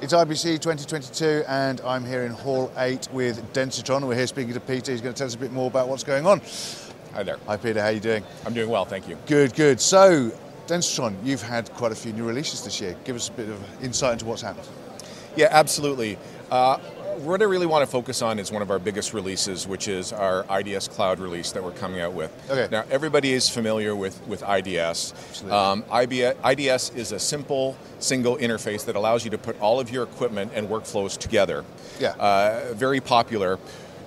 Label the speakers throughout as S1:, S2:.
S1: It's IBC 2022, and I'm here in Hall 8 with Densitron. We're here speaking to Peter. He's going to tell us a bit more about what's going on.
S2: Hi there.
S1: Hi, Peter. How you doing?
S2: I'm doing well, thank you.
S1: Good, good. So, Densitron, you've had quite a few new releases this year. Give us a bit of insight into what's happened.
S2: Yeah, absolutely. Uh, what I really want to focus on is one of our biggest releases, which is our IDS Cloud release that we're coming out with.
S1: Okay.
S2: Now, everybody is familiar with, with IDS.
S1: Absolutely.
S2: Um, IBS, IDS is a simple, single interface that allows you to put all of your equipment and workflows together.
S1: Yeah.
S2: Uh, very popular.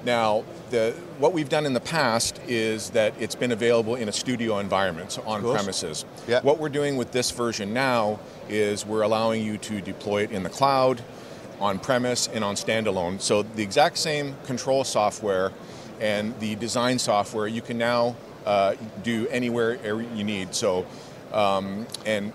S2: Now, the, what we've done in the past is that it's been available in a studio environment, so on
S1: course.
S2: premises.
S1: Yeah.
S2: What we're doing with this version now is we're allowing you to deploy it in the cloud, on premise, and on standalone. So the exact same control software and the design software you can now uh, do anywhere er- you need. So, um, and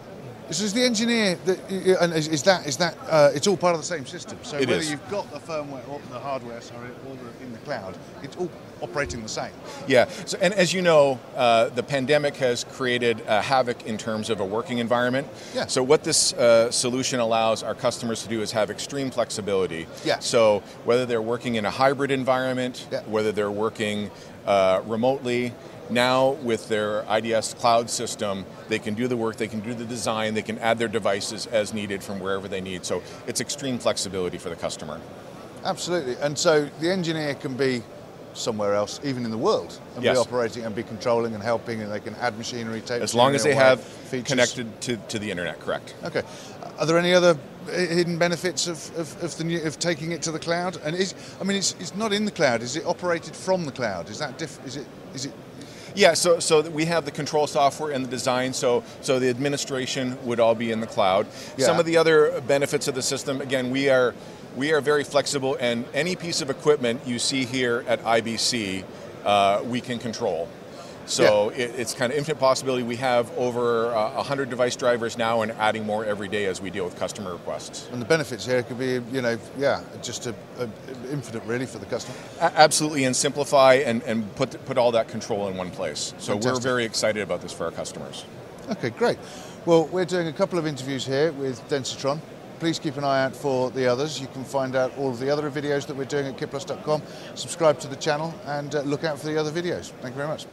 S1: So, is the engineer that, and is, is that is that uh, it's all part of the same system? So,
S2: It
S1: whether
S2: is.
S1: you've got the firmware or the hardware, sorry, or the, in the cloud, it's all operating the same.
S2: Yeah, so, and as you know, uh, the pandemic has created uh, havoc in terms of a working environment.
S1: Yeah.
S2: So what this uh, solution allows our customers to do is have extreme flexibility.
S1: Yeah.
S2: So whether they're working in a hybrid environment,
S1: Yeah.
S2: whether they're working uh, remotely, now with their IDS cloud system, they can do the work, they can do the design, they can add their devices as needed from wherever they need. So it's extreme flexibility for the customer.
S1: Absolutely. And so the engineer can be somewhere else, even in the world, and
S2: Yes.
S1: be operating and be controlling and helping, and they can add machinery, take
S2: As long as they
S1: machinery away,
S2: have
S1: features.
S2: connected to, to the internet, correct?
S1: Okay. Are there any other uh, hidden benefits of, of, of the new, of taking it to the cloud? And is I mean, it's, it's not in the cloud. Is it operated from the cloud? Is that diff? Is it is it?
S2: Yeah, so so that we have the control software and the design, so so the administration would all be in the cloud.
S1: Yeah.
S2: Some of the other benefits of the system, again, we are we are very flexible, and any piece of equipment you see here at IBC, uh, we can control. So it, it's kind of infinite possibility. We have over uh, 100 device drivers now, and adding more every day as we deal with customer requests.
S1: And the benefits here could be, you know, yeah, just a, a infinite really for the customer.
S2: A- absolutely, and simplify and, and put put all that control in one place. So we're
S1: Fantastic.
S2: very excited about this for our customers.
S1: Okay, great. Well, we're doing a couple of interviews here with Densitron. Please keep an eye out for the others. You can find out all of the other videos that we're doing at kiplus.com. Subscribe to the channel and uh, look out for the other videos. Thank you very much.